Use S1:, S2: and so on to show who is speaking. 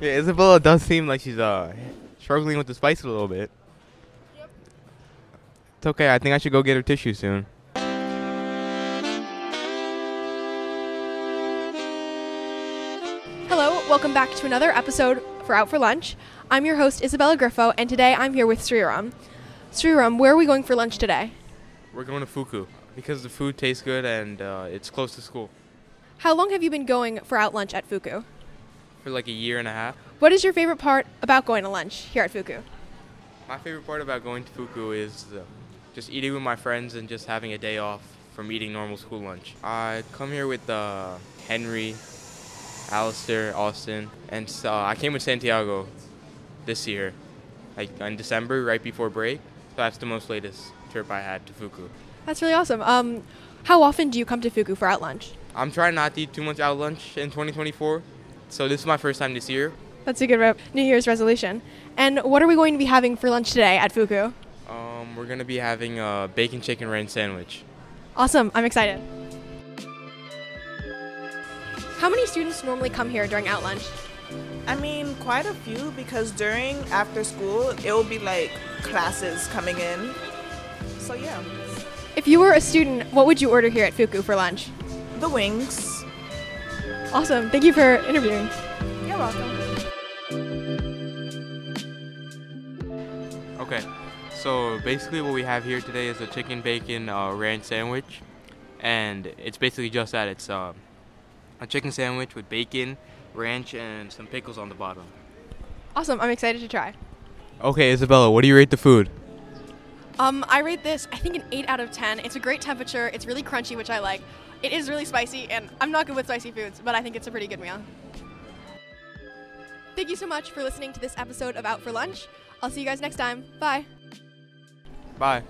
S1: Yeah, Isabella does seem like she's uh struggling with the spice a little bit.
S2: Yep.
S1: It's okay. I think I should go get her tissue soon.
S2: Hello, welcome back to another episode for Out for Lunch. I'm your host Isabella Griffo, and today I'm here with Sriram. Sriram, where are we going for lunch today?
S1: We're going to Fuku because the food tastes good and uh, it's close to school
S2: How long have you been going for out lunch at Fuku?
S1: for like a year and a half.
S2: What is your favorite part about going to lunch here at Fuku?
S1: My favorite part about going to Fuku is uh, just eating with my friends and just having a day off from eating normal school lunch. I come here with uh, Henry, Alistair, Austin, and uh, I came with Santiago this year, like in December, right before break. So that's the most latest trip I had to Fuku.
S2: That's really awesome. Um, how often do you come to Fuku for out lunch?
S1: I'm trying not to eat too much out lunch in 2024, so this is my first time this year.
S2: That's a good re- New Year's resolution. And what are we going to be having for lunch today at Fuku?
S1: Um, we're gonna be having a bacon chicken ranch sandwich.
S2: Awesome, I'm excited. How many students normally come here during out lunch?
S3: I mean, quite a few because during after school, it will be like classes coming in. So, yeah.
S2: If you were a student, what would you order here at Fuku for lunch?
S3: The wings.
S2: Awesome, thank you for interviewing.
S3: You're welcome.
S1: Okay, so basically what we have here today is a chicken bacon uh, ranch sandwich, and it's basically just that. It's uh, a chicken sandwich with bacon, ranch, and some pickles on the bottom.
S2: Awesome, I'm excited to try.
S1: Okay, Isabella, what do you rate the food?
S2: Um, I rate this, I think, an 8 out of 10. It's a great temperature, it's really crunchy, which I like. It is really spicy, and I'm not good with spicy foods, but I think it's a pretty good meal. Thank you so much for listening to this episode of Out for Lunch. I'll see you guys next time. Bye.
S1: Bye.